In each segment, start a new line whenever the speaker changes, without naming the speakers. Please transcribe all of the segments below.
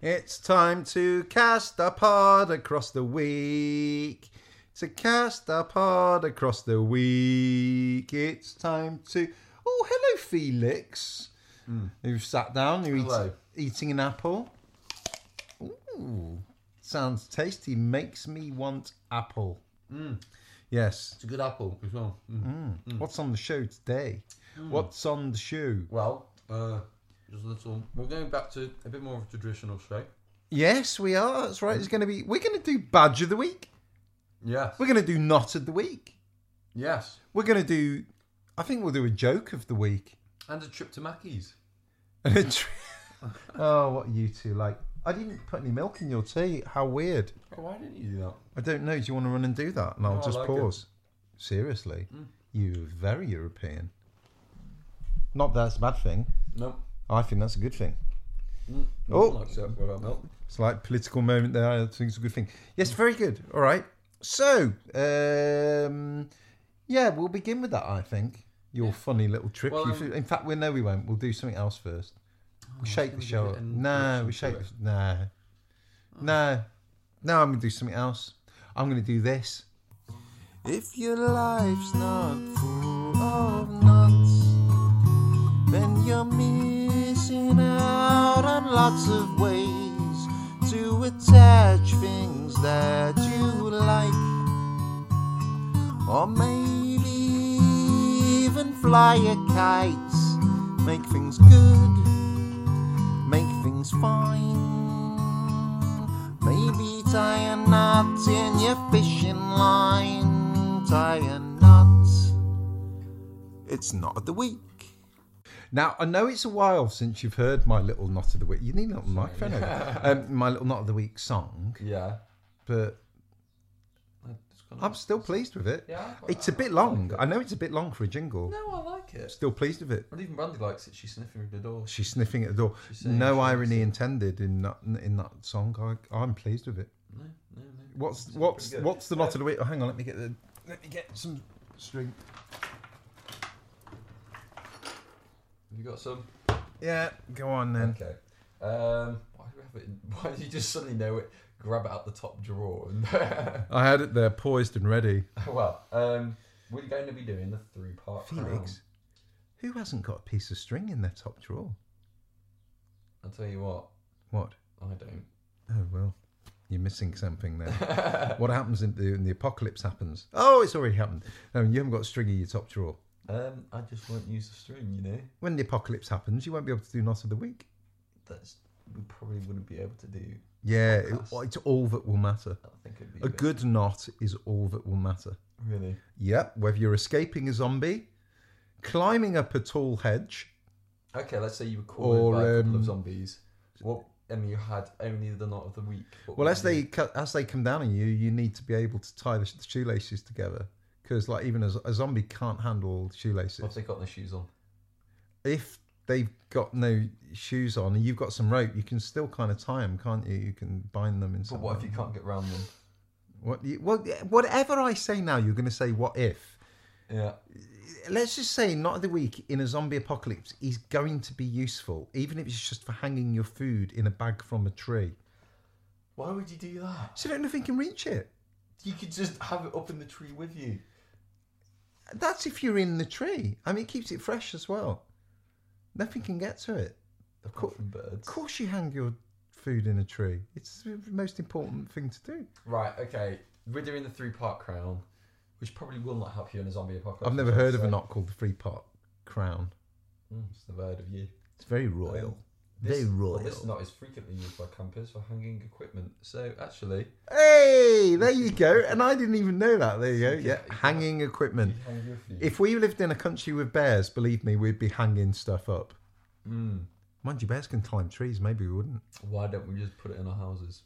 It's time to cast a pod across the week. To cast a pod across the week. It's time to. Oh, hello, Felix. Who sat down? Who
Hello.
eating an apple? Ooh, sounds tasty. Makes me want apple. Yes.
It's a good apple as well. Mm.
What's on the show today? What's on the show?
Well, uh, just a little. We're going back to a bit more of a traditional show.
Yes, we are. That's right. It's going to be. We're going to do badge of the week.
Yes.
We're going to do knot of the week.
Yes.
We're going to do. I think we'll do a joke of the week.
And a trip to Mackey's.
And a tr- oh, what you two like? I didn't put any milk in your tea. How weird.
Oh, why didn't you do that?
I don't know. Do you want to run and do that? And I'll
No, I
just
like it. Mm.
pause. Seriously, you're very European. Not that that's a bad thing.
No.
I think that's a good thing.
Oh.
Oh.
Like so, without milk.
It's like political moment there. I think it's a good thing. Yes, very good. All right. So, um, yeah, we'll begin with that. I think your funny little trip.
Well,
you
um,
flew- in fact, we no, we won't. We'll do something else first. Oh, We shake the
gonna
show.
give it
up.
an
No,
introduction
we
to
shake.
it.
the- No, no, no. I'm going to do something else. I'm going to do this. If your life's not full of nuts then you're missing out on lots of ways to attach things that you like, or maybe even fly a kite, make things good, make things fine. Maybe tie a knot in your fishing line, tie a knot. It's not of the week. Now I know it's a while since you've heard my little knot of the week. You need a little microphone, over there. um, my little knot of the week song,
Yeah.
but
I just kinda-
I'm still pleased with it.
Yeah, I-
it's a bit long. I know it's a bit long for a jingle.
No, I like it.
Still pleased with it.
And even Brandy likes it. She's sniffing through the door.
She's sniffing at the door.
She's saying
No
she
irony intended in that in that song. I, I'm pleased with it.
No, no, no.
What's
Sounds
what's
pretty good.
what's the knot of the week? Oh, hang on, let me get the let me get some string.
Have you got some?
Yeah, go on then.
Okay. Um, why do we have it? In, why did you just suddenly know it? Grab it out the top drawer. And
I had it there, poised and ready.
well, um, we're going to be doing the three-part crown.
Felix, who hasn't got a piece of string in their top drawer?
I'll tell you what.
What?
I don't.
Oh well, you're missing something there. what happens in the, in the apocalypse happens. Oh, it's already happened. Oh, you haven't got a string in your top drawer.
Um, I just won't use the string, you know.
When the apocalypse happens, you won't be able to do knot of the week.
That's we probably wouldn't be able to do.
Yeah, it, it's all that will matter.
I think it'd be
A
bit-
good knot is all that will matter.
really.
Yep, whether you're escaping a zombie, climbing up a tall hedge,
Okay, let's say you were cornered
Or,
by a couple
um,
of zombies. What? And you had only the knot of the week. What
Well,
would
as
you
they co- as they come down on you, you need to be able to tie the, sh- the shoelaces together because, like, even a, z- a zombie can't handle
do? What have
shoelaces.
they got their shoes on?
If they've got no shoes on and you've got some rope, you can still kind of tie them, can't you? You can bind them in
But
some.
what if
way.
you can't get round them?
What? You, well, yeah, whatever I say now, you're going to say what if.
Yeah.
Let's just say, not of the week in a zombie apocalypse is going to be useful, even if it's just for hanging your food in a bag from a tree.
Why would you do that?
So don't know if you can reach it.
You could just have it up in the tree with you.
That's if you're in the tree. I mean, it keeps it fresh as well. Nothing can get to it.
They've
Cool.
come from birds.
Of course, you hang your food in a tree. It's the most important thing to do.
Right. Okay. We're doing the three-part crown, which probably will not help you in a zombie apocalypse.
I've never
I'm
heard of a
sorry.
knot called the three part crown.
Mm, it's the word of you.
It's very royal.
This-
very royal.
Well, this knot is frequently used by campers for hanging equipment. So actually,
hey, there you go. And I didn't even know that. There you go. Yeah,
Yeah.
hanging equipment.
you hang your food.
If we lived in a country with bears, believe me, we'd be hanging stuff up.
Mm.
Mind you, bears can climb trees. Maybe we wouldn't.
Why don't we just put it in our houses?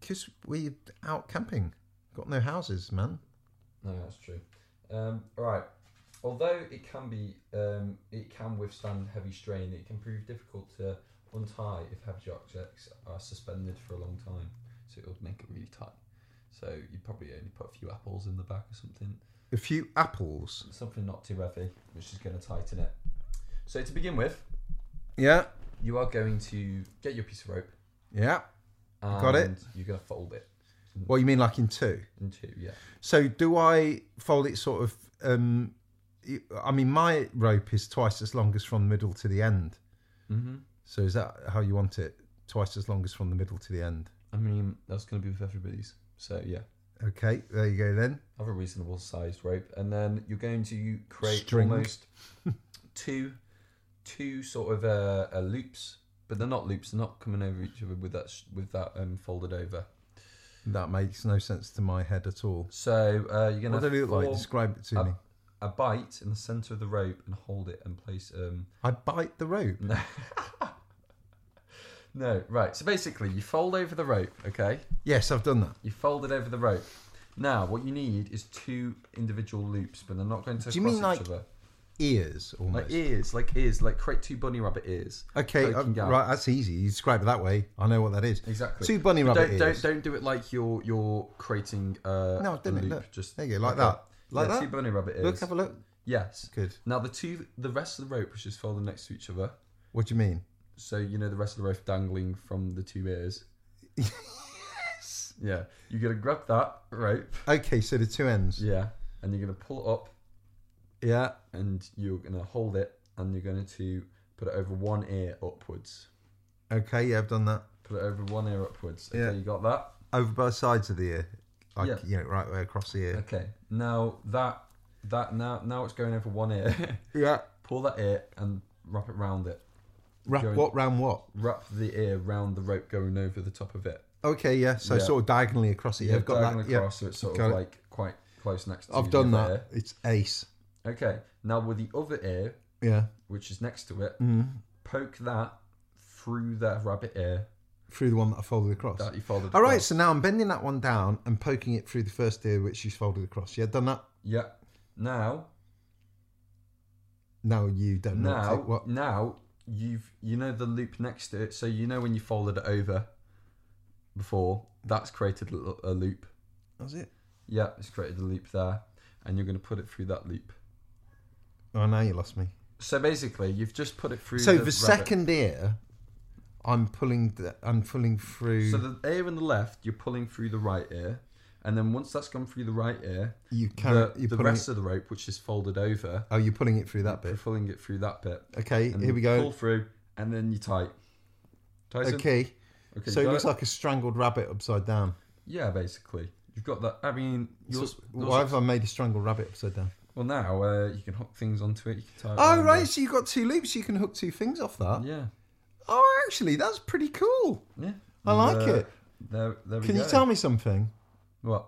Because we're out camping. Got no houses, man.
No, that's true. Um, right. Although it can be, um, it can withstand heavy strain. It can prove difficult to untie if heavy objects are suspended for a long time. So it would make it really tight. So you probably only put a few apples in the back or something.
A few apples.
Something not too heavy, which is going to tighten it. So to begin with,
Yeah.
you are going to get your piece of rope.
Yeah.
And
Got it.
You're gonna fold it
Well, you mean like in two?
into yeah.
So do I fold it sort of? Um, y- I mean, my rope is twice as long as from the middle to the end.
Mm-hmm.
So is that how you want it? Twice as long as from the middle to the end.
I mean that's gonna be with everybody's. So yeah,
Okay, there you go then.
have a reasonable sized rope, and then you're going to create
String.
almost two two sort of uh, uh, loops, but they're not loops. They're not coming over each other with that sh- with that um, folded over.
That makes no sense to my head at all.
So uh, you're gonna
What do they look like?
form
Describe it to me.
a bite in the center of the rope and hold it and place um
I bite the rope.
no. no right. So basically, you fold over the rope. Okay.
Yes, I've done that.
You fold it over the rope. Now, what you need is two individual loops, but they're not going to
Do you
cross
mean
each
like
other.
Ears almost.
Like ears, like ears, like create two bunny rabbit ears.
okay,
poking
um,
out.
right. That's easy. You describe it that way. I know what that is.
Exactly.
Two bunny
But
rabbit
don't,
ears.
Don't, don't do it like you're you're creating uh,
No,
a
I've done it,
loop.
look.
Just
There you go, like
okay.
that. Like
yeah,
that.
Two bunny rabbit ears.
Look, have a look.
Yes.
Good.
Now the two, the rest of the rope, which is folded next to each other.
What do you mean?
So you know the rest of the rope dangling from the two ears. yes. Yeah. You're gonna grab that rope.
Okay, so the two ends.
Yeah. And you're gonna pull it up
yeah.
and you're going to hold it and you're going to put it over one ear upwards.
Okay, yeah, I've done that.
Put it over one ear upwards. Okay,
Yeah.
you got that?
Over both sides of the ear. Like,
Yeah.
you know, right way across the ear.
Okay. Now that that now now it's going over one ear.
Yeah.
Pull that ear and wrap it round it.
Wrap
Going-
what round what?
Wrap the ear round the rope going over the top of it.
Okay, yeah. So
Yeah.
sort of diagonally across it. Yeah, I've got
diagonally
that. Yeah.
across, so it's sort
Got
of
it.
like quite close next to
I've
the
done that.
other
It's ace.
ear. Okay. Now with the other ear,
Yeah.
which is next to it,
Mm.
poke that through that rabbit ear
Through the one that I folded across.
that you folded.
All right,
across.
so now I'm bending that one down and poking it through the first ear which she's folded across. Yeah, done that.
Yeah. Now
No, you don't know.
Now,
what to-
now you've you know the loop next to it. So you know when you folded it over before, that's created a, little- a loop.
what was it?
Yeah, it's created a loop there, and you're going to put it through that loop.
Oh, now you lost me.
So basically, you've just put it through.
So the,
rabbit-
second ear, I'm pulling. The, I'm pulling through.
So the ear on the left, you're pulling through the right ear, and then once that's gone through the right ear,
you can.
the,
you're
the
pulling
rest of the rope, which is folded over,
it, oh, you're pulling it through that
you're
bit.
pulling it through that bit.
Okay,
And
here we
Pull
go.
through, and then you tight. Tyson?
Okay,
okay
so it
you got
looks like a strangled rabbit upside down.
Yeah, basically. You've got that. I mean, yours.
So
yours
why have I made a strangled rabbit upside down?
well, now uh, you can hook things onto it. You can tie it
Oh
around
right, so you've got two loops. You can hook two things off that.
it. um, Yeah.
Oh, actually, that's pretty cool.
Yeah. uh,
I like it.
There, there we
Can
go.
you tell me something?
What?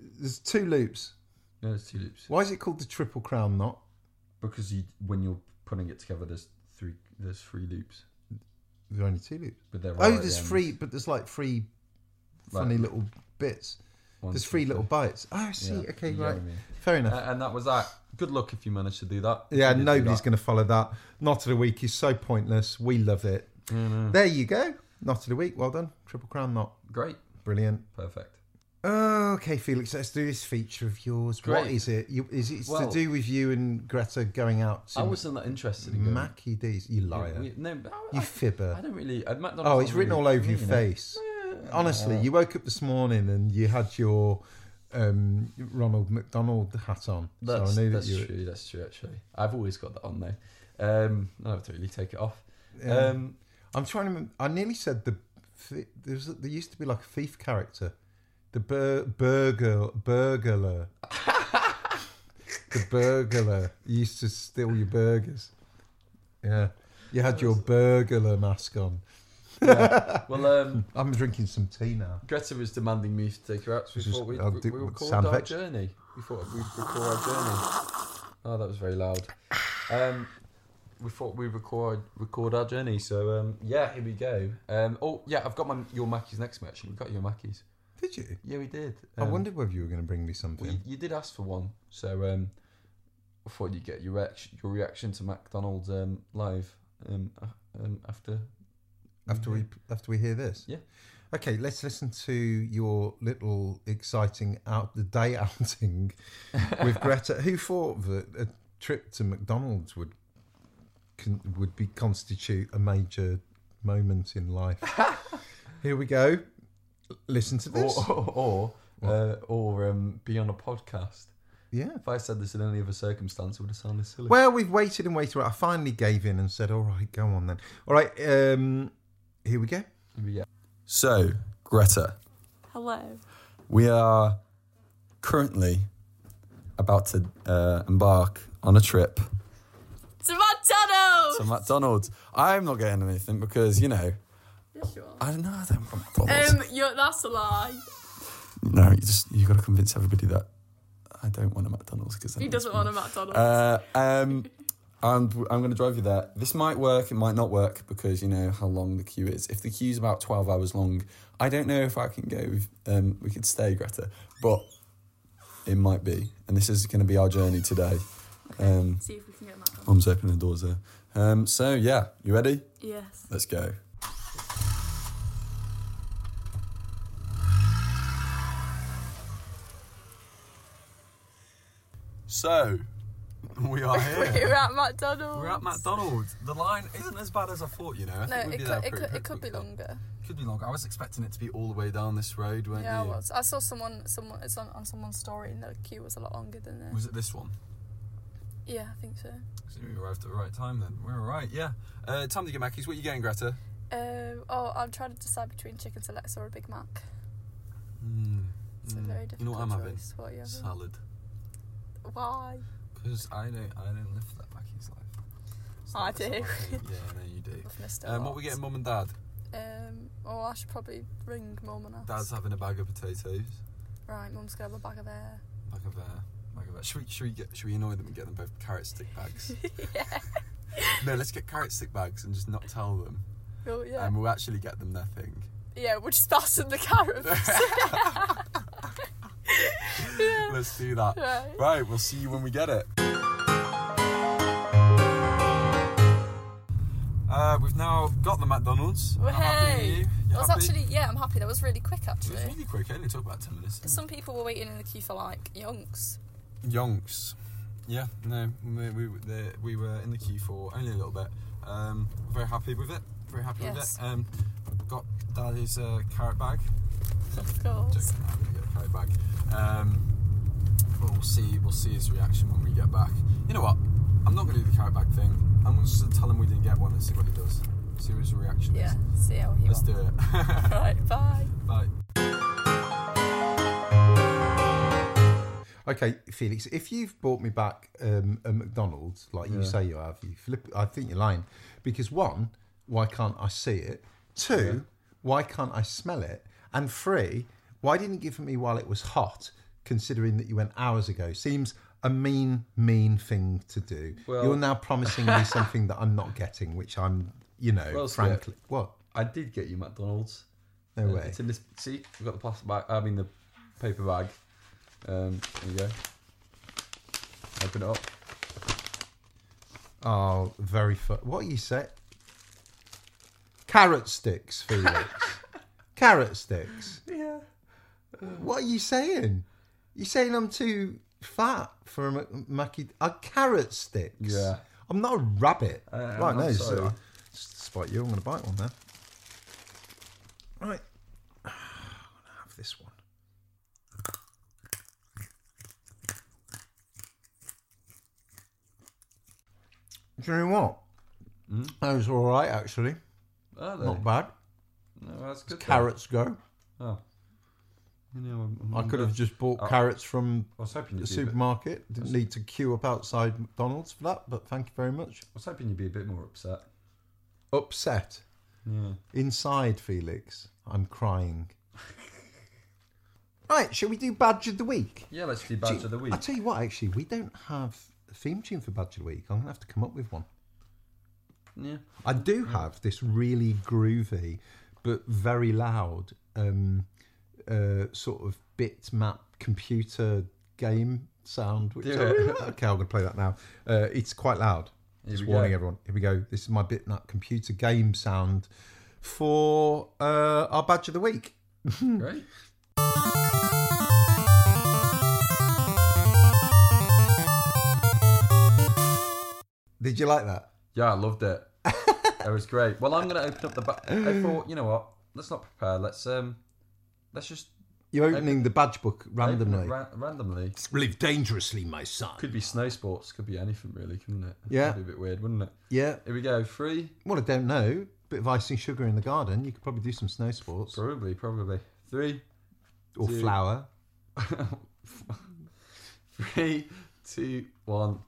There's two loops.
Yeah, there's two loops.
Why is it called the triple crown knot?
Because you, when you're putting it together, there's three. There's three loops.
There are only two loops.
But there
oh,
are at
there's
the
three,
ends.
but there's like three
Like-
funny little bits.
One,
There's
two,
three
three.
little bites. Oh, I
Yeah,
see. Okay,
you get
right.
what I mean.
Fair enough.
A- and that was that. Good luck if you managed to do that. If
yeah,
you did do
nobody's
that.
going to follow that. Knot of the week is so pointless. We love it.
Yeah, no.
There you go. Knot of the week. Well done. Triple crown knot.
Great.
Brilliant.
Perfect.
Okay, Felix, let's do this feature of yours. What
Great.
is it? You, is it it's
Well-
to do with you and Greta going out to
I wasn't that interested in going.
Mackie D's? You liar.
We- no, but I,
you
I, I
fibber.
don't really. I, McDonald's
Oh,
not
it's written
really
all over
for
your
me, you know.
face. Honestly, you woke up this morning and you had your um, Ronald McDonald hat on.
That's,
so I knew
that's
that you
true. That's true. Actually, I've always got that on though. Um, I have to really take it off.
were. yeah.
Um,
I'm trying to. remem- I nearly said the. fi- There, was, there used to be like a thief character, the bur- burglar, burglar, the burglar He used to steal your burgers. Yeah, you had your burglar mask on.
yeah. well, um,
I'm drinking some tea now.
Greta was demanding me to take her out, so we
This is-
thought we'd,
I'll
we,
uh, do-
we record
sound
our
effects.
journey. We thought we'd record our journey. Oh, that was very loud. Um, we thought we'd record record our journey. So um, yeah, here we go. Um, oh yeah, I've got my your Mackey's next match. We got your Mackey's.
Did you?
Yeah, we did.
I
Um,
wondered whether you were going to bring me something.
Well, you, you did ask for one, so um, I thought you'd get your reaction, your reaction to McDonald's um, live um, a- um, after.
after we after we hear this.
Yeah.
Okay, let's listen to your little exciting out the day outing with Greta. Who thought that a trip to McDonald's would con, would be constitute a major moment in life? Here we go. Listen to this.
Or or or, uh, or um, be on a podcast.
Yeah.
If I said this in any other circumstance, it would have sounded silly.
Well, we've waited and waited. I finally gave in and said, "All right, go on then." All right, um, here we go.
Yeah. So, Greta,
Hello.
we are currently about to uh, embark on a trip
To McDonald's!
to McDonald's. I'm not getting anything because you know I don't know. I don't want McDonald's.
Um, you're, that's a lie.
no, you just you got to convince everybody that I don't want a McDonald's because
He doesn't want a McDonald's.
Uh, um, and I'm going to drive you there. This might work, it might not work because you know how long the queue is. If the queue's about 12 hours long, I don't know if I can go. With, um, we could stay, Greta, but it might be. And this is going to be our journey today. Um,
See if we can get McDonald's.
Mum's opening the doors there. Um, so, yeah, you ready?
Yes.
Let's go. So, we are here.
We're at McDonald's.
We're at McDonald's. The line isn't as bad as I thought, you know. I
No,
think we'd
it
be
could,
there
it,
pretty
could, it could be
quickly.
longer.
Could be longer. I was expecting it to be all the way down this road, weren't
Yeah, I
you?
was. I saw someone, someone, it's on, on someone's story, and the queue was a lot longer than this.
Was it this one?
Yeah, I think so.
So we arrived at the right time then. We're all right, yeah. Uh, time to get Mackey's. What are you getting, Greta?
Um, oh, I'm trying to decide between chicken selects or a Big Mac.
Mm,
It's a
mm.
very difficult
You know what I'm having?
choice. What are you having?
Salad.
Why?
Because I don't, I don't live that Mackey's life. It's
Oh, I
not- it's
do.
not my thing. yeah, no, you do.
I've missed it.
Um, what we getting, Mum and Dad?
Um, oh, I should probably ring mum and ask.
Dad's having a bag of potatoes.
Right, mum's gonna have a bag of air.
Bag of air. Bag of air. Should we, should we get? Should we annoy them and get them both carrot stick bags?
yeah.
no, let's get carrot stick bags and just not tell them,
Oh, yeah.
and we'll actually get them their thing.
yeah, we're just passing the carrots. yeah.
Let's do that.
Right.
Right, we'll see you when we get it. Uh, we've now got the McDonald's.
Well,
How happy are
hey.
you? You
I was
happy?
actually, yeah, I'm happy. That was really quick,
It was
actually.
really quick. It only took about ten minutes. didn't it?
Some people were waiting in the queue for like yonks.
Yonks. Yeah, no, we, we, the, we were in the queue for only a little bit. Um, very happy with it. Very happy
Yes.
with it. Um, got daddy's uh, carrot bag.
Of course.
Joking, I'm gonna get a carrot bag. Um, but we'll see. We'll see his reaction when we get back. You know what? I'm not gonna do the carrot bag thing. I'm gonna just tell him we didn't get one and see what he does. See what his reaction
Yeah.
is.
See how he
Let's
wants.
do it.
Right. Bye.
Bye.
Okay, Felix, if you've bought me back um, a McDonald's like you
Yeah.
say you have, you flip. I think you're lying because one, why can't I see it? Two, why can't I smell it? And three, why didn't you give it me while it was hot? Considering that you went hours ago, seems a mean, mean thing to do.
Well-
you're now promising me something that I'm not getting, which I'm, you know,
Well, Stuart-
frankly, what?
I did get you McDonald's.
No
Uh,
way.
It's in this. See, we've got the plastic bag. I mean the paper bag. Um, there you go. Open it up.
Oh, very fun. What you say? Carrot sticks, Felix. Carrot sticks.
Yeah.
What are you saying? You're saying I'm too fat for a Mc- Mackie. A carrot sticks.
Yeah.
I'm not a rabbit.
Uh, I'm
right, no.
not
So,
sorry.
just to spite you. I'm going to bite one there. Right. I'm going to have this one. Do you know what?
Hmm?
That was all right, actually.
Are they?
Not bad.
No, that's good.
Carrots go.
though. Oh. You know, I'm,
I could have just bought
Oh.
carrots from
I was hoping
the
you'd be. A bit, I
supermarket. Didn't need to queue up outside McDonald's for that, but thank you very much.
was hoping you'd be a bit more upset.
Upset.
Yeah.
Inside, Felix, I'm crying. right, shall we do Badge of the Week?
Yeah, let's do badge
Do-
of the week.
I'll tell you what, actually, we don't have a theme tune for Badge of the Week. I'm going to have to come up with one.
yeah.
I do have this really groovy, but very loud, um, uh, sort of bitmap computer game sound. Which
Do
I
it.
really like. Okay, I'm going to play that now. Uh, it's quite loud.
Here
Just
we go.
warning everyone. Here we go. This is my bitmap computer game sound for uh, our badge of the week.
Great.
Did you like that?
Yeah, I loved it. it was great. Well, I'm going to open up the. Ba- I thought, you know what? let's not prepare. Let's um, let's just
You're opening the badge book
open it
randomly.
ra- randomly.
Live dangerously, my son.
Could be snow sports. Could be anything really, couldn't it?
Yeah.
That'd be a bit weird, wouldn't it?
Yeah.
Here we go. Three,
Well, I don't know. Bit of icing sugar in the garden. You could probably do some snow sports
probably, probably three,
or
Two.
flour.
three, two, one.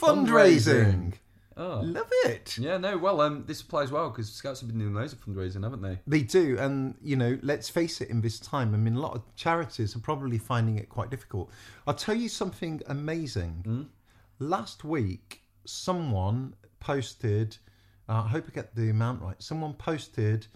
Fundraising.
Oh.
Love it.
Yeah, no, well, um, this applies well because Scouts have been doing loads of fundraising, haven't they?
They do, and you know, let's face it. In this time, I mean, a lot of charities are probably finding it quite difficult. I'll tell you something amazing. Last week, someone posted. Uh, I hope I get the amount right. Someone posted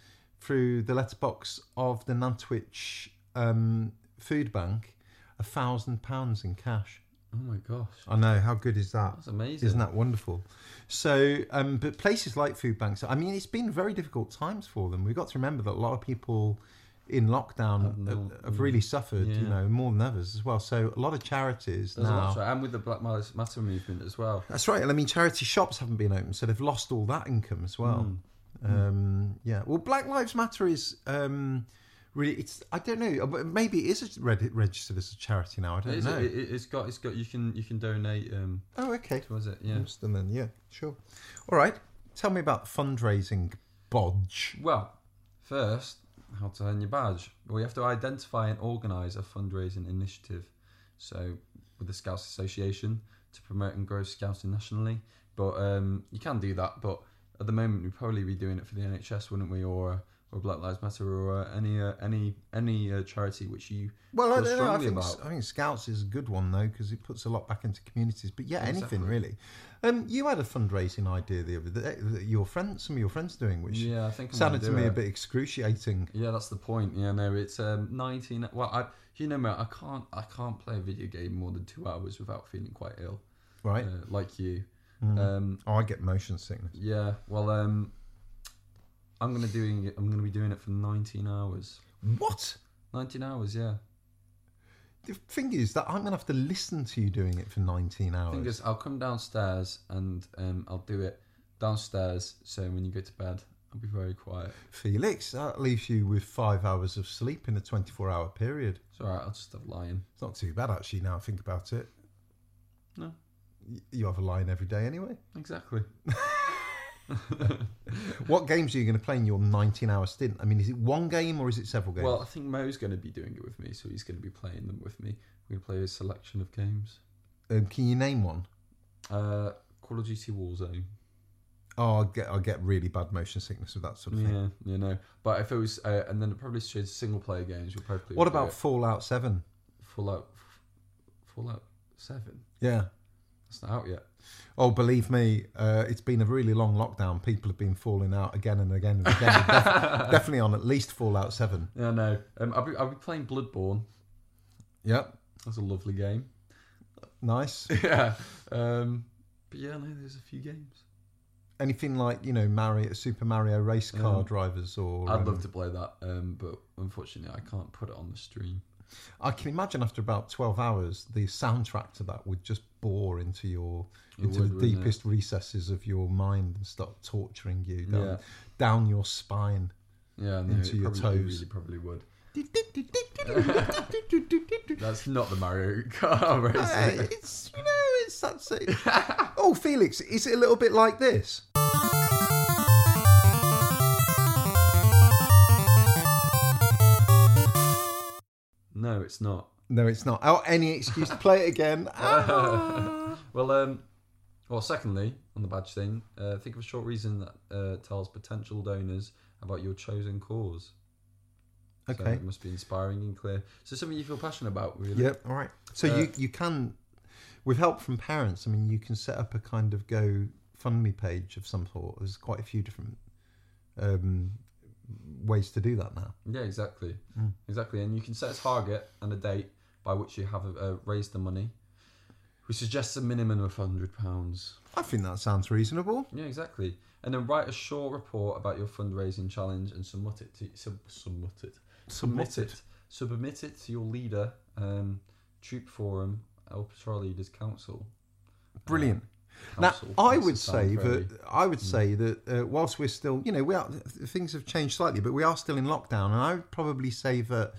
through the letterbox of the Nantwich um, Food Bank a thousand pounds in cash.
Oh my gosh,
I know how good is that?
that's amazing.
Isn't that wonderful? So, um, but places like food banks, I mean, it's been very difficult times for them. We've got to remember that a lot of people in
Have
lockdown
no-
have, have really suffered, you
Yeah.
know, more than others as well. So, a lot of charities
There's a lot
now.
to it, and with the Black Lives Matter movement as well.
That's right. and I mean, charity shops haven't been open, so they've lost all that income as
Mm.
well. Um, yeah. Well, Black Lives Matter is um, really. It's. I don't know. but Maybe it is a- reg- registered as a charity now. I don't
It is,
know.
it, it, it's got, it's got. You can, you can donate. Um,
oh, okay.
was it? Yeah.
And then, yeah, sure. All right. Tell me about fundraising bodge.
Well, first, how to earn your badge. Well, you have to identify and organise a fundraising initiative. So, with the Scouts Association to promote and grow scouting nationally. But um, you can do that. But at the moment, we'd probably be doing it for the NHS, wouldn't we? Or or Black Lives Matter, or uh, any uh, any any uh, charity which you
Well, I
feel
don't know. I
strongly
think,
about.
I think Scouts is a good one, though, because it puts a lot back into communities. But yeah, anything
Exactly.
really. Um, you had a fundraising idea the other day that your friend, some of your friends doing, which
Yeah, I think I'm
sounded
gonna
to
do
me a
it.
bit excruciating.
Yeah, that's the point. Yeah, no, it's um, nineteen. Well, I, you know, mate, I can't, I can't play a video game more than two hours without feeling quite ill,
Right?
uh, like you. Um,
Oh, I get motion sickness.
yeah, well, um, I'm gonna doing, I'm gonna be doing it for nineteen hours.
What?
Nineteen hours, yeah.
The thing is that I'm going to have to listen to you doing it for 19 hours.
Thing is, I'll come downstairs and um, I'll do it downstairs. So when you go to bed, I'll be very quiet.
Felix, that leaves you with five hours of sleep in a 24 hour period.
It's all right. I'll just stop lying.
It's not too bad actually. Now I think about it.
No.
Y- You have a line every day anyway.
Exactly.
What games are you going to play in your 19-hour stint? I mean, is it one game or is it several games?
Well, I think Mo's going to be doing it with me, so he's going to be playing them with me. We're going to play a selection of games.
um, can you name one?
Uh, Call of Duty Warzone.
Oh, I get I get really bad motion sickness with that sort of thing.
Yeah, you know. But if it was, uh, and then it probably shows single player games. You'll probably.
What
do
about
it.
Fallout Seven?
Fallout? Fallout Seven.
Yeah.
That's not out yet.
Oh, believe me, uh, it's been a really long lockdown. People have been falling out again and again and again. Def- definitely on at least Fallout Seven.
Yeah, no. Um, I'll be, I'll be playing Bloodborne.
Yep.
That's a lovely game.
Nice.
yeah. Um, but yeah, no. There's a few games.
Anything like you know Mario, Super Mario race car
Um,
drivers or
I'd
um,
love to play that, um, but unfortunately, I can't put it on the stream.
I can imagine after about twelve hours, the soundtrack to that would just bore into your
It
into
would,
the
wouldn't it?
deepest recesses of your mind and start torturing you down
Yeah.
down your spine.
Yeah, no,
Into
it
your
probably,
toes.
Really, probably would. That's not the Mario car race.
Uh, it's you know it's that's it. oh, Felix, is it a little bit like this?
No, it's not.
No, it's not. Oh, any excuse to play it again. Ah.
Well, um, well, secondly, on the badge thing, uh, think of a short reason that uh, tells potential donors about your chosen cause. So
okay.
it must be inspiring and clear. So something you feel passionate about, really.
Yep. All right. So
Uh,
you you can, with help from parents, I mean, you can set up a kind of GoFundMe page of some sort. There's quite a few different um, ways to do that now.
Yeah, exactly,
Mm.
exactly. And you can set a target and a date by which you have uh, raised the money. We suggest a minimum of hundred pounds.
I think that sounds reasonable.
Yeah, exactly. And then write a short report about your fundraising challenge and submit it to sub, submit it submit it submit it to your leader, um, troop forum, or patrol leaders council.
Brilliant. Now,
council.
I
That's
would
the sound
say
very-
that I
mm.
would say that uh, whilst we're still, you know, we are, things have changed slightly, but we are still in lockdown, and I would probably say that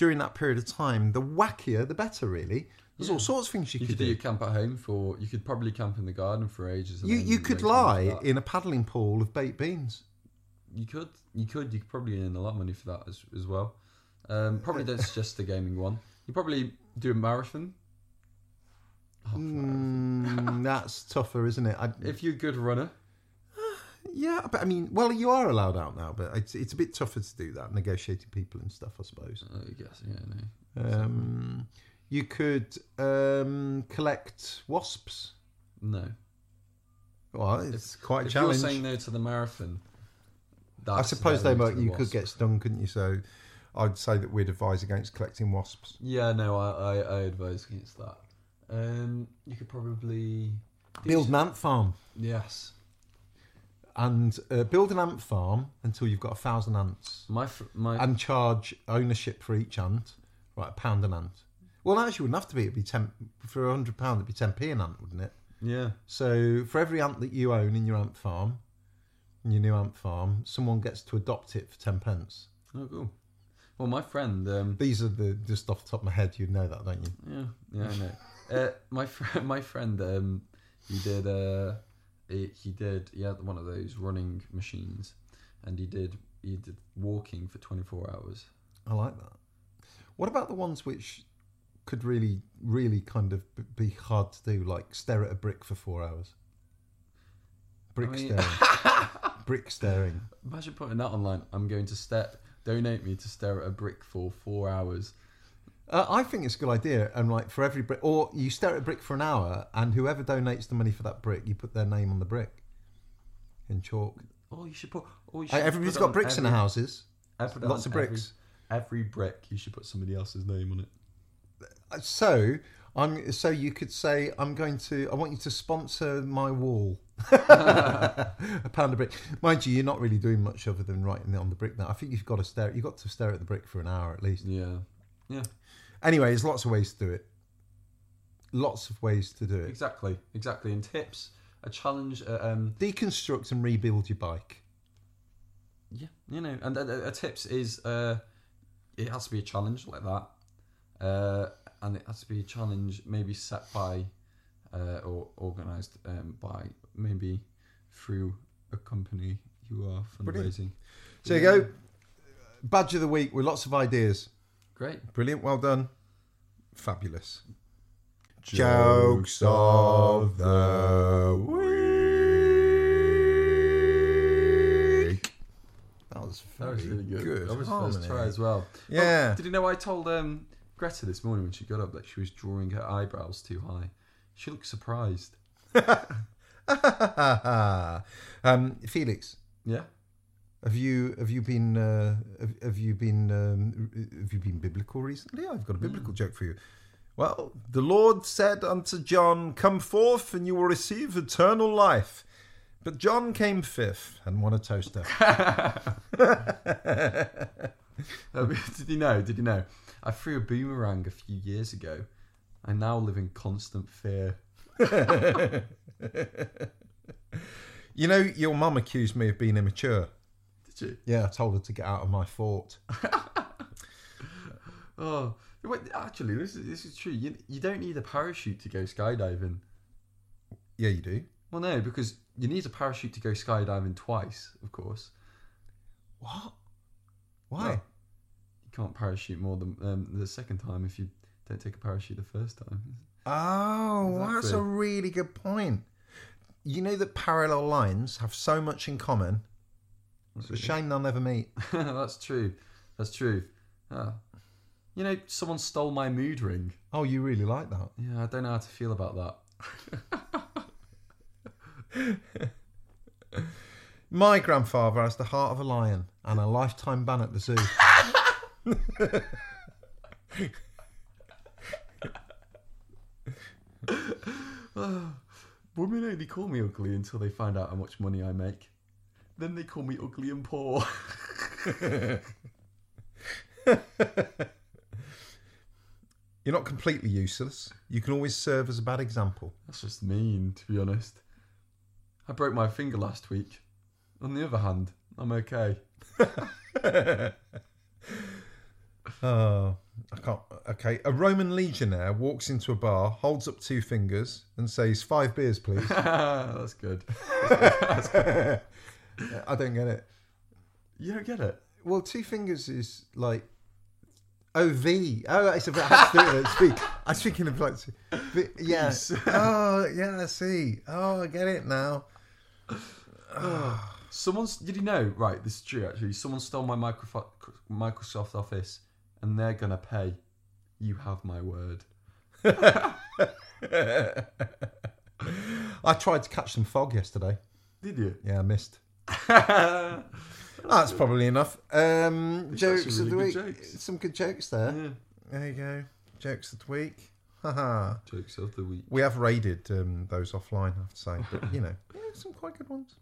during that period of time, the wackier the better. Really, there's all sorts of things you,
You
could
could do your
do.
camp at home for. You could probably camp in the garden for ages. and
You
then
you could
make something of
lie
that.
in a paddling pool of baked beans.
You could. You could. You could probably earn a lot of money for that as, as well. Um, probably don't suggest the gaming one. You probably do a marathon. Oh, fuck.
Mm, that's tougher, isn't it? I,
If you're a good runner,
yeah, but I mean, well, you are allowed out now, but it's it's a bit tougher to do that, negotiating people and stuff, I suppose.
I guess. Yeah, no.
Um, you could um, collect wasps.
No.
Well, it's quite a
if
challenge.
you're saying no to the marathon,
I
that's
suppose
no
they
to
might.
the
You could
wasp.
get stung, couldn't you? So, I'd say that we'd advise against collecting wasps.
Yeah, no, I, I, I advise against that. Um, you could probably
Build an ant farm
Yes,
and uh, build an ant farm until you've got a thousand ants,
my fr- my
and charge ownership for each ant, right? A pound an ant. Well, actually, it wouldn't have to be. It'd be ten for a hundred pound. It'd be ten p an ant, wouldn't it?
yeah.
So for every ant that you own in your ant farm, in your new ant farm, someone gets to adopt it for ten pence.
Oh, cool. Well, my friend, um,
These are the just off the top of my head. You know that, don't you?
yeah, yeah, I know. uh, my friend, my friend, um, he did uh, he, he did he had one of those running machines, and he did he did walking for twenty four hours.
I like that. What about the ones which could really, really kind of b- be hard to do, like stare at a brick for four hours? Brick
I mean-
staring. brick staring.
Imagine putting that online. I'm going to step. Donate me to stare at a brick for four hours.
Uh, I think it's a good idea. And like for every brick, or you stare at a brick for an hour, and whoever donates the money for that brick, you put their name on the brick in chalk.
Oh, you should put. Oh, you should
Hey, everybody's
put
got
on
bricks in
every-
their houses.
I put it
Lots
on
of
every-
bricks.
Every, brick, you should put somebody else's name on it.
Uh, So I'm. So you could say, I'm going to. I want you to sponsor my wall. a pound of brick. Mind you, you're not really doing much other than writing it on the brick now. I think you've got to stare. You've got to stare at the brick for an hour at least.
Yeah,
Anyway, there's lots of ways to do it. Lots of ways to do it.
exactly, exactly. And tips, a challenge, uh, um,
Deconstruct and rebuild your bike.
yeah, you know, and a, a- a tips is uh, it has to be a challenge like that, uh, and it has to be a challenge maybe set by uh, or organised um, by maybe through a company you are
Brilliant.
fundraising.
So you go. Badge of the week with lots of ideas.
Great.
Brilliant. Well done. Fabulous.
Jokes
of the week. That was
That
very
was really good. Oh,
good.
That was the
harmony.
first try as well.
Yeah.
Oh, did you know I told um, Greta this morning when she got up that she was drawing her eyebrows too high? She looked surprised. Oh,
um, Felix,
Yeah.
have you have you been uh, have, have you been um, have you been biblical recently? I've got a biblical joke for you. Well, the Lord said unto John, "Come forth, and you will receive eternal life." But John came fifth and won a toaster.
Uh, did you know? Did you know? I threw a boomerang a few years ago. I now live in constant fear.
You know, your mum accused me of being immature.
Did you?
Yeah, I told her to get out of my fort.
Oh, wait, actually, this is, this is true. You, you don't need a parachute to go skydiving.
Yeah, you do.
Well, no, because you need a parachute to go skydiving twice, of course.
What? Why?
Yeah. You can't parachute more than um, the second time if you don't take a parachute the first time.
Oh, that's a
Exactly.
really good point. You know that parallel lines have so much in common. It's a shame they'll never meet.
That's true. That's true. Ah. You know, someone stole my mood ring.
Oh, you really like that?
Yeah, I don't know how to feel about that.
My grandfather has the heart of a lion and a lifetime ban at the zoo.
Women only call me ugly until they find out how much money I make. Then they call me ugly and poor.
You're not completely useless. You can always serve as a bad example.
That's just mean, to be honest. I broke my finger last week. On the other hand, I'm okay.
Oh, I can't. Okay, a Roman legionnaire walks into a bar, holds up two fingers, and says, five beers, please."
That's good.
I don't get it.
You don't get it.
Well, two fingers is like O V. Oh, it's about how to do it. It's V. I was thinking of like, v, yeah.
Peace.
Oh, yeah. I see. Oh, I get it now.
Someone's. Did you know? Right, this is true actually. Someone stole my microfo- Microsoft Office, and they're gonna pay. You have my word.
I tried to catch some fog yesterday.
Did you?
Yeah, I missed.
yeah.
That's probably enough. Um, jokes
actually
of the
really
week.
good jokes.
Some good jokes there. There you go. Jokes of the week. Haha.
Jokes of the week.
We have raided um, those offline, I have to say. But, you know, yeah, some quite good ones.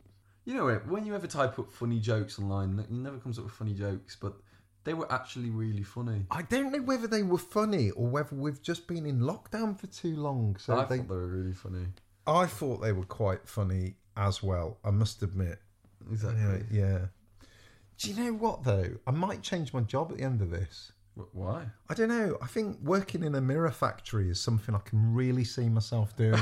You know what? When you ever type up funny jokes online, it never comes up with funny jokes, but they were actually really funny.
I don't know whether they were funny or whether we've just been in lockdown for too long. So
I
they,
thought they were really funny.
I thought they were quite funny as well. I must admit.
Exactly.
Yeah, yeah. Do you know what though? I might change my job at the end of this.
Wh- Why?
I don't know. I think working in a mirror factory is something I can really see myself doing.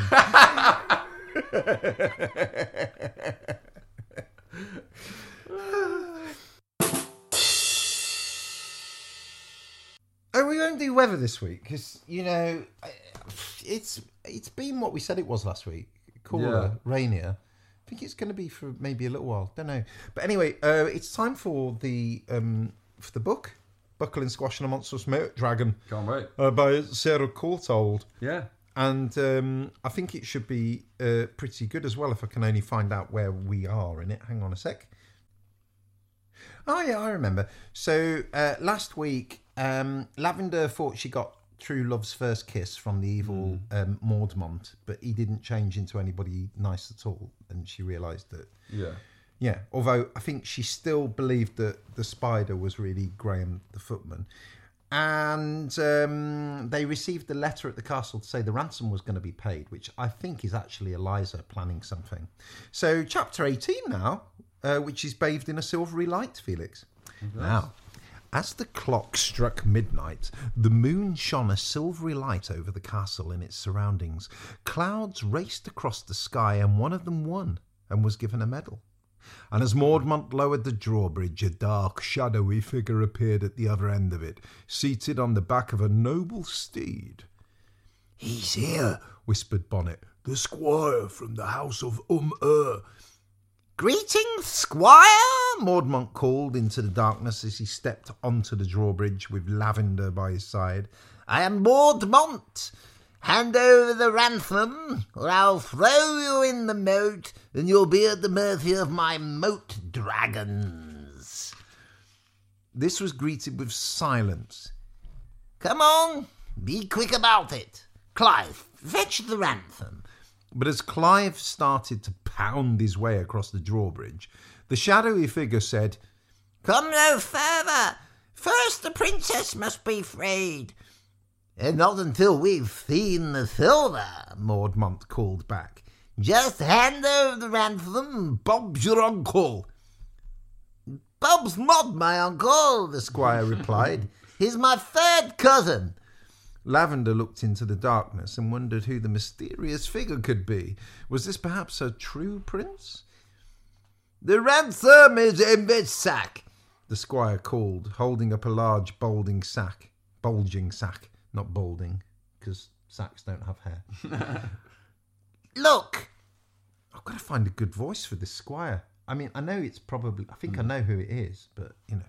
oh, we won't do weather this week because you know I- it's it's been what we said it was last week. Cooler,
Yeah.
rainier. I think it's going to be for maybe a little while. Don't know. But anyway, uh, it's time for the um, for the book, Buckle and Squash and a Monstrous Moat Dragon
Can't wait.
uh, by Sarah Courtauld.
Yeah.
And um, I think it should be uh, pretty good as well if I can only find out where we are in it. Hang on a sec. Oh, yeah, I remember. So uh, last week, um, Lavender thought she got true love's first kiss from the evil um, Maudmont, but he didn't change into anybody nice at all. And she realised that
Yeah.
yeah, although I think she still believed that the spider was really Graham the footman. And um, they received a letter at the castle to say the ransom was going to be paid, which I think is actually Eliza planning something. So, chapter 18 now, uh, which is bathed in a silvery light, Felix. Now, as the clock struck midnight, the moon shone a silvery light over the castle and its surroundings. Clouds raced across the sky, and one of them won and was given a medal. And as Maudmont lowered the drawbridge, a dark, shadowy figure appeared at the other end of it, seated on the back of a noble steed. He's here, whispered Bonnet, the squire from the house of Um Ur. Greetings, squire, Maudmont called into the darkness as he stepped onto the drawbridge with Lavender by his side. I am Maudmont. Hand over the ransom, or I'll throw you in the moat, and you'll be at the mercy of my moat dragons. This was greeted with silence. Come on, be quick about it. Clive, fetch the ransom. But as Clive started to pound his way across the drawbridge, the shadowy figure said, Come no further. First, the princess must be freed. And not until we've seen the silver, Maudmont called back. Just hand over the ransom, Bob's your uncle. Bob's not my uncle, the squire replied. He's my third cousin. Lavender looked into the darkness and wondered who the mysterious figure could be. Was this perhaps a true prince? The ransom is in this sack, the squire called, holding up a large bulging sack. Bulging sack, not balding, because sacks don't have hair. Look! I've got to find a good voice for this squire. I mean, I know it's probably, I think I know who it is, but, you know,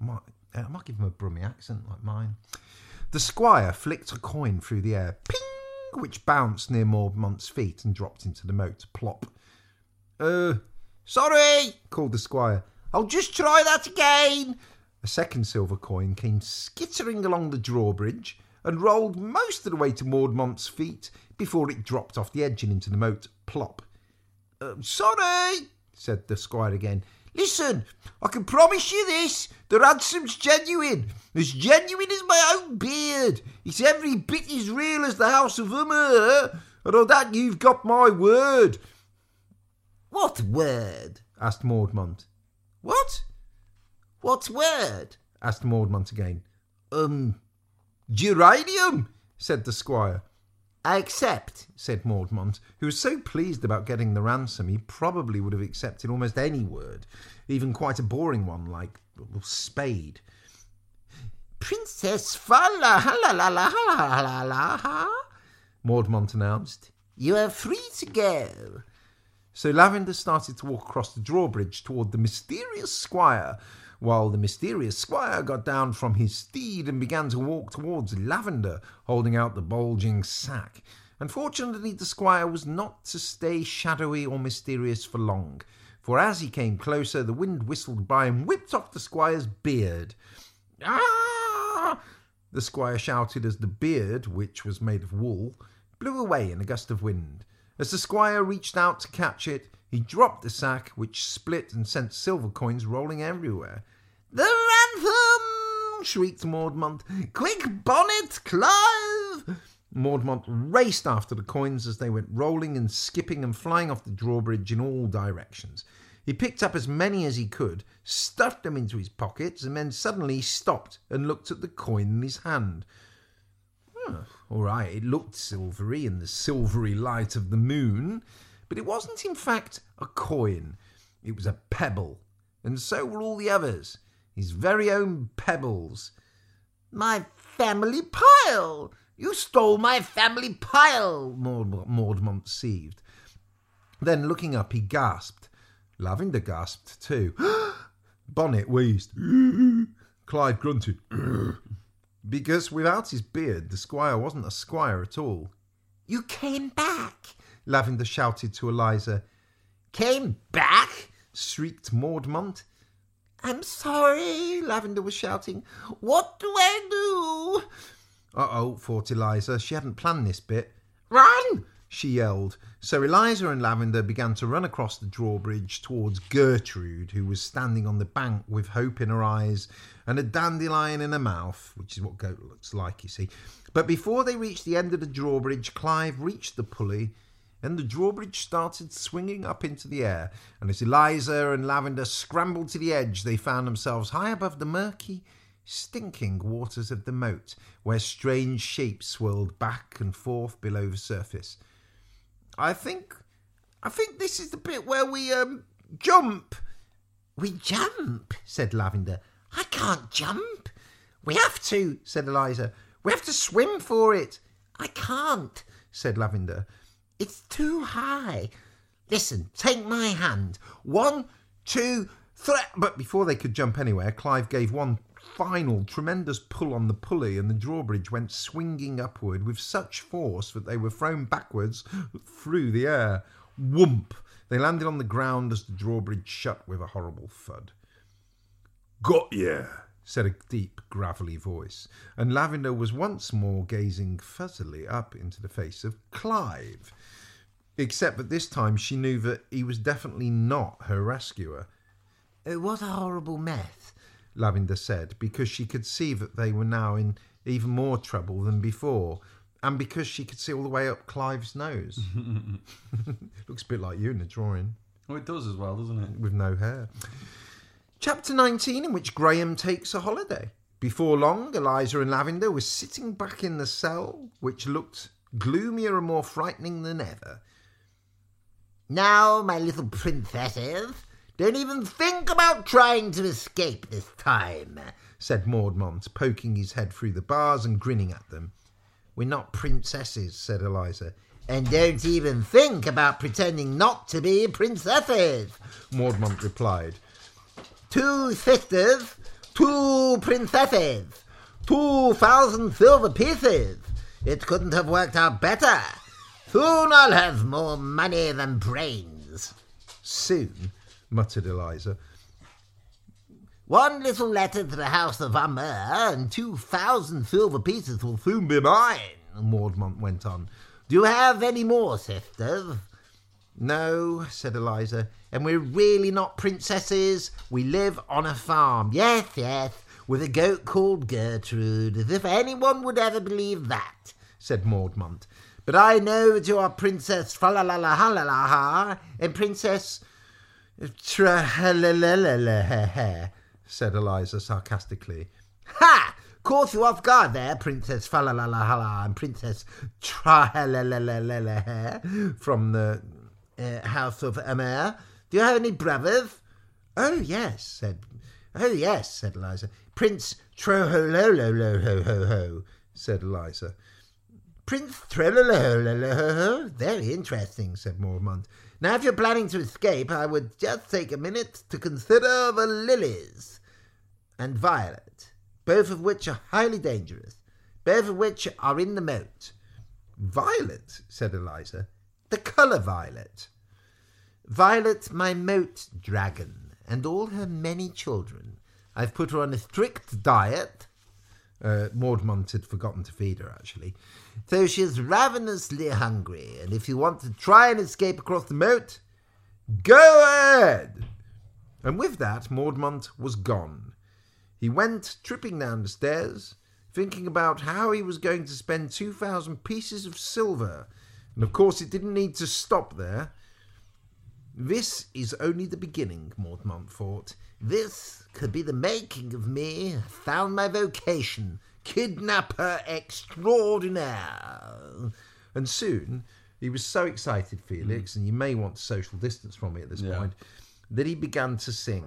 I might, I might give him a Brummy accent like mine. The squire flicked a coin through the air, ping, which bounced near Mormont's feet and dropped into the moat, plop. Uh, sorry, called the squire. I'll just try that again. A second silver coin came skittering along the drawbridge and rolled most of the way to Maudmont's feet before it dropped off the edge and into the moat, plop. "Uh, sorry, said the squire again. Listen, I can promise you this the ransom's genuine. As genuine as my own beard. It's every bit as real as the House of Ummer. And on that, you've got my word. What word? asked Maudmont. What? What word? asked Maudmont again. Um, geranium, said the squire. I accept, said Maudmont, who was so pleased about getting the ransom he probably would have accepted almost any word, even quite a boring one like well, spade. Princess Fala, ha la la la ha la la la ha, Maudmont announced. You are free to go. So Lavender started to walk across the drawbridge toward the mysterious squire, while the mysterious squire got down from his steed and began to walk towards Lavender, holding out the bulging sack. Unfortunately, the squire was not to stay shadowy or mysterious for long, for as he came closer, the wind whistled by and whipped off the squire's beard. Ah! The squire shouted as the beard, which was made of wool, blew away in a gust of wind. As the squire reached out to catch it, he dropped the sack, which split and sent silver coins rolling everywhere. The ransom! shrieked Maudmont. Quick bonnet, Clive! Maudmont raced after the coins as they went rolling and skipping and flying off the drawbridge in all directions. He picked up as many as he could, stuffed them into his pockets, and then suddenly he stopped and looked at the coin in his hand. Huh, all right, it looked silvery in the silvery light of the moon, but it wasn't in fact a coin. It was a pebble, and so were all the others, his very own pebbles. My family pile! You stole my family pile! Maud- Maudmont seethed. Then, looking up, he gasped. Lavender gasped too. Bonnet wheezed. Clyde grunted. because without his beard, the squire wasn't a squire at all. You came back, Lavender shouted to Eliza. Came back? shrieked Maudmont. I'm sorry, Lavender was shouting. What do I do? Uh oh, thought Eliza. She hadn't planned this bit. Run! she yelled. So Eliza and Lavender began to run across the drawbridge towards Gertrude, who was standing on the bank with hope in her eyes and a dandelion in her mouth, which is what goat looks like, you see. But before they reached the end of the drawbridge, Clive reached the pulley and the drawbridge started swinging up into the air. And as Eliza and Lavender scrambled to the edge, they found themselves high above the murky, stinking waters of the moat, where strange shapes swirled back and forth below the surface. I think, I think this is the bit where we um jump. We jump," said Lavender. "I can't jump." "We have to," said Eliza. "We have to swim for it." "I can't," said Lavender. "It's too high." Listen, take my hand. One, two, three. But before they could jump anywhere, Clive gave one final tremendous pull on the pulley, and the drawbridge went swinging upward with such force that they were thrown backwards through the air. Whoomp! They landed on the ground as the drawbridge shut with a horrible thud. Got ya, said a deep, gravelly voice, and Lavender was once more gazing fuzzily up into the face of Clive. Except that this time she knew that he was definitely not her rescuer. "Uh, What a horrible mess, Lavender said, because she could see that they were now in even more trouble than before, and because she could see all the way up Clive's nose. Looks a bit like you in the drawing
Oh, it does as well, doesn't it?
with no hair. Chapter 19, in which Graham takes a holiday. Before long, Eliza and Lavender were sitting back in the cell, which looked gloomier and more frightening than ever. Now, my little princesses, don't even think about trying to escape this time, said Maudmont, poking his head through the bars and grinning at them. We're not princesses, said Eliza. And don't even think about pretending not to be princesses, Maudmont replied. Two sisters, two princesses, two thousand silver pieces. It couldn't have worked out better. Soon I'll have more money than brains. Soon, muttered Eliza. One little letter to the House of Amur and two thousand silver pieces will soon be mine, Maudmont went on. Do you have any more, sisters? No, said Eliza, and we're really not princesses. We live on a farm. Yes, yes, with a goat called Gertrude, as if anyone would ever believe that, said Maudmont. But I know that you are Princess Falalalahalalaha and Princess Trahalalalaha, said Eliza sarcastically. Ha! Caught you off guard there, Princess Falalalahala and Princess Trahalalalaha from the uh, House of Amer. Do you have any brothers? Oh yes, said. Oh yes, said Eliza. Prince Trohololololo, said Eliza. Prince Troholololo. Very interesting, said Mormont. Now, if you're planning to escape, I would just take a minute to consider the lilies and violet, both of which are highly dangerous, both of which are in the moat. Violet, said Eliza. The colour violet. Violet, my moat dragon, and all her many children. I've put her on a strict diet. Uh, Maudmont had forgotten to feed her, actually. So she's ravenously hungry, and if you want to try and escape across the moat, go ahead! And with that, Maudmont was gone. He went tripping down the stairs, thinking about how he was going to spend 2,000 pieces of silver. And of course, it didn't need to stop there. This is only the beginning, Mortemont thought. This could be the making of me. I found my vocation. Kidnapper extraordinaire. And soon, he was so excited, Felix, and you may want to social distance from me at this
Yeah.
point, that he began to sing.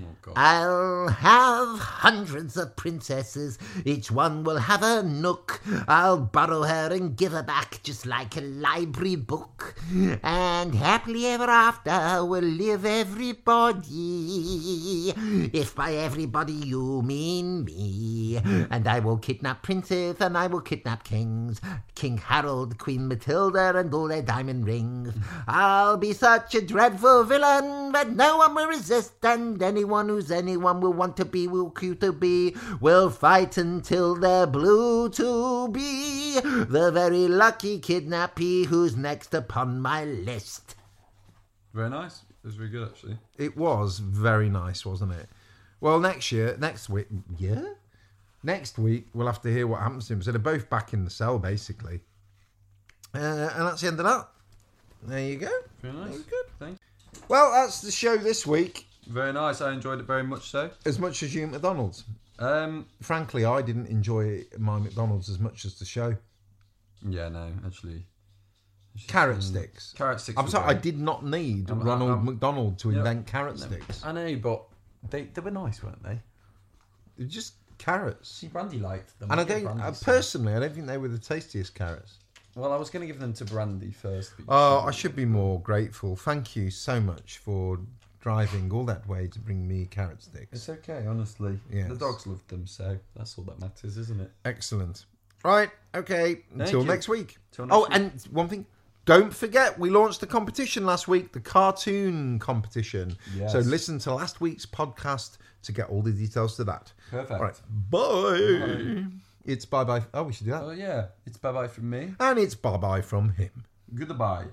Oh, God.
I'll have hundreds of princesses, each one will have her nook. I'll borrow her and give her back just like a library book. And happily ever after will live everybody. If by everybody you mean me. And I will kidnap princes and I will kidnap kings. King Harold, Queen Matilda, and all their diamond rings. I'll be such a dreadful villain that no one will resist, and anyone who's anyone will want to be, will cue to be, will fight until they're blue to be. The very lucky kidnappee who's next upon my list.
Very nice. It was very good, actually.
It was very nice, wasn't it? Well, next year, next week, yeah, next week we'll have to hear what happens to him. So they're both back in the cell, basically, uh, and that's the end of that. There you go.
Very nice.
Very good.
Thanks.
Well, that's the show this week.
Very nice. I enjoyed it very much so.
As much as you, McDonald's.
Um,
Frankly, I didn't enjoy my McDonald's as much as the show.
yeah, no, actually.
Carrot sticks.
Mm. Carrot sticks.
I'm
were
sorry, I
great.
did not need
Um,
Ronald
um,
McDonald to
yeah.
invent carrot sticks.
I know, but they, they were nice, weren't they?
They're just carrots.
See, Brandy liked them.
And I uh,
Give
don't,
Brandy
I
some.
personally, I don't think they were the tastiest carrots.
Well, I was going to give them to Brandy first. but you
Oh,
said-
I should be more grateful. Thank you so much for driving all that way to bring me carrot sticks.
It's okay, honestly.
Yes.
The dogs loved them, so that's all that matters, isn't it?
Excellent. Right, okay. Until
you.
next week.
Till next
oh,
week.
and one thing. Don't forget, we launched a competition last week, the cartoon competition.
Yes.
So listen to last week's podcast to get all the details to that.
Perfect.
All right, bye. It's bye bye. Oh, we should do that.
Oh yeah, it's bye bye from me.
And it's bye bye from him.
Goodbye.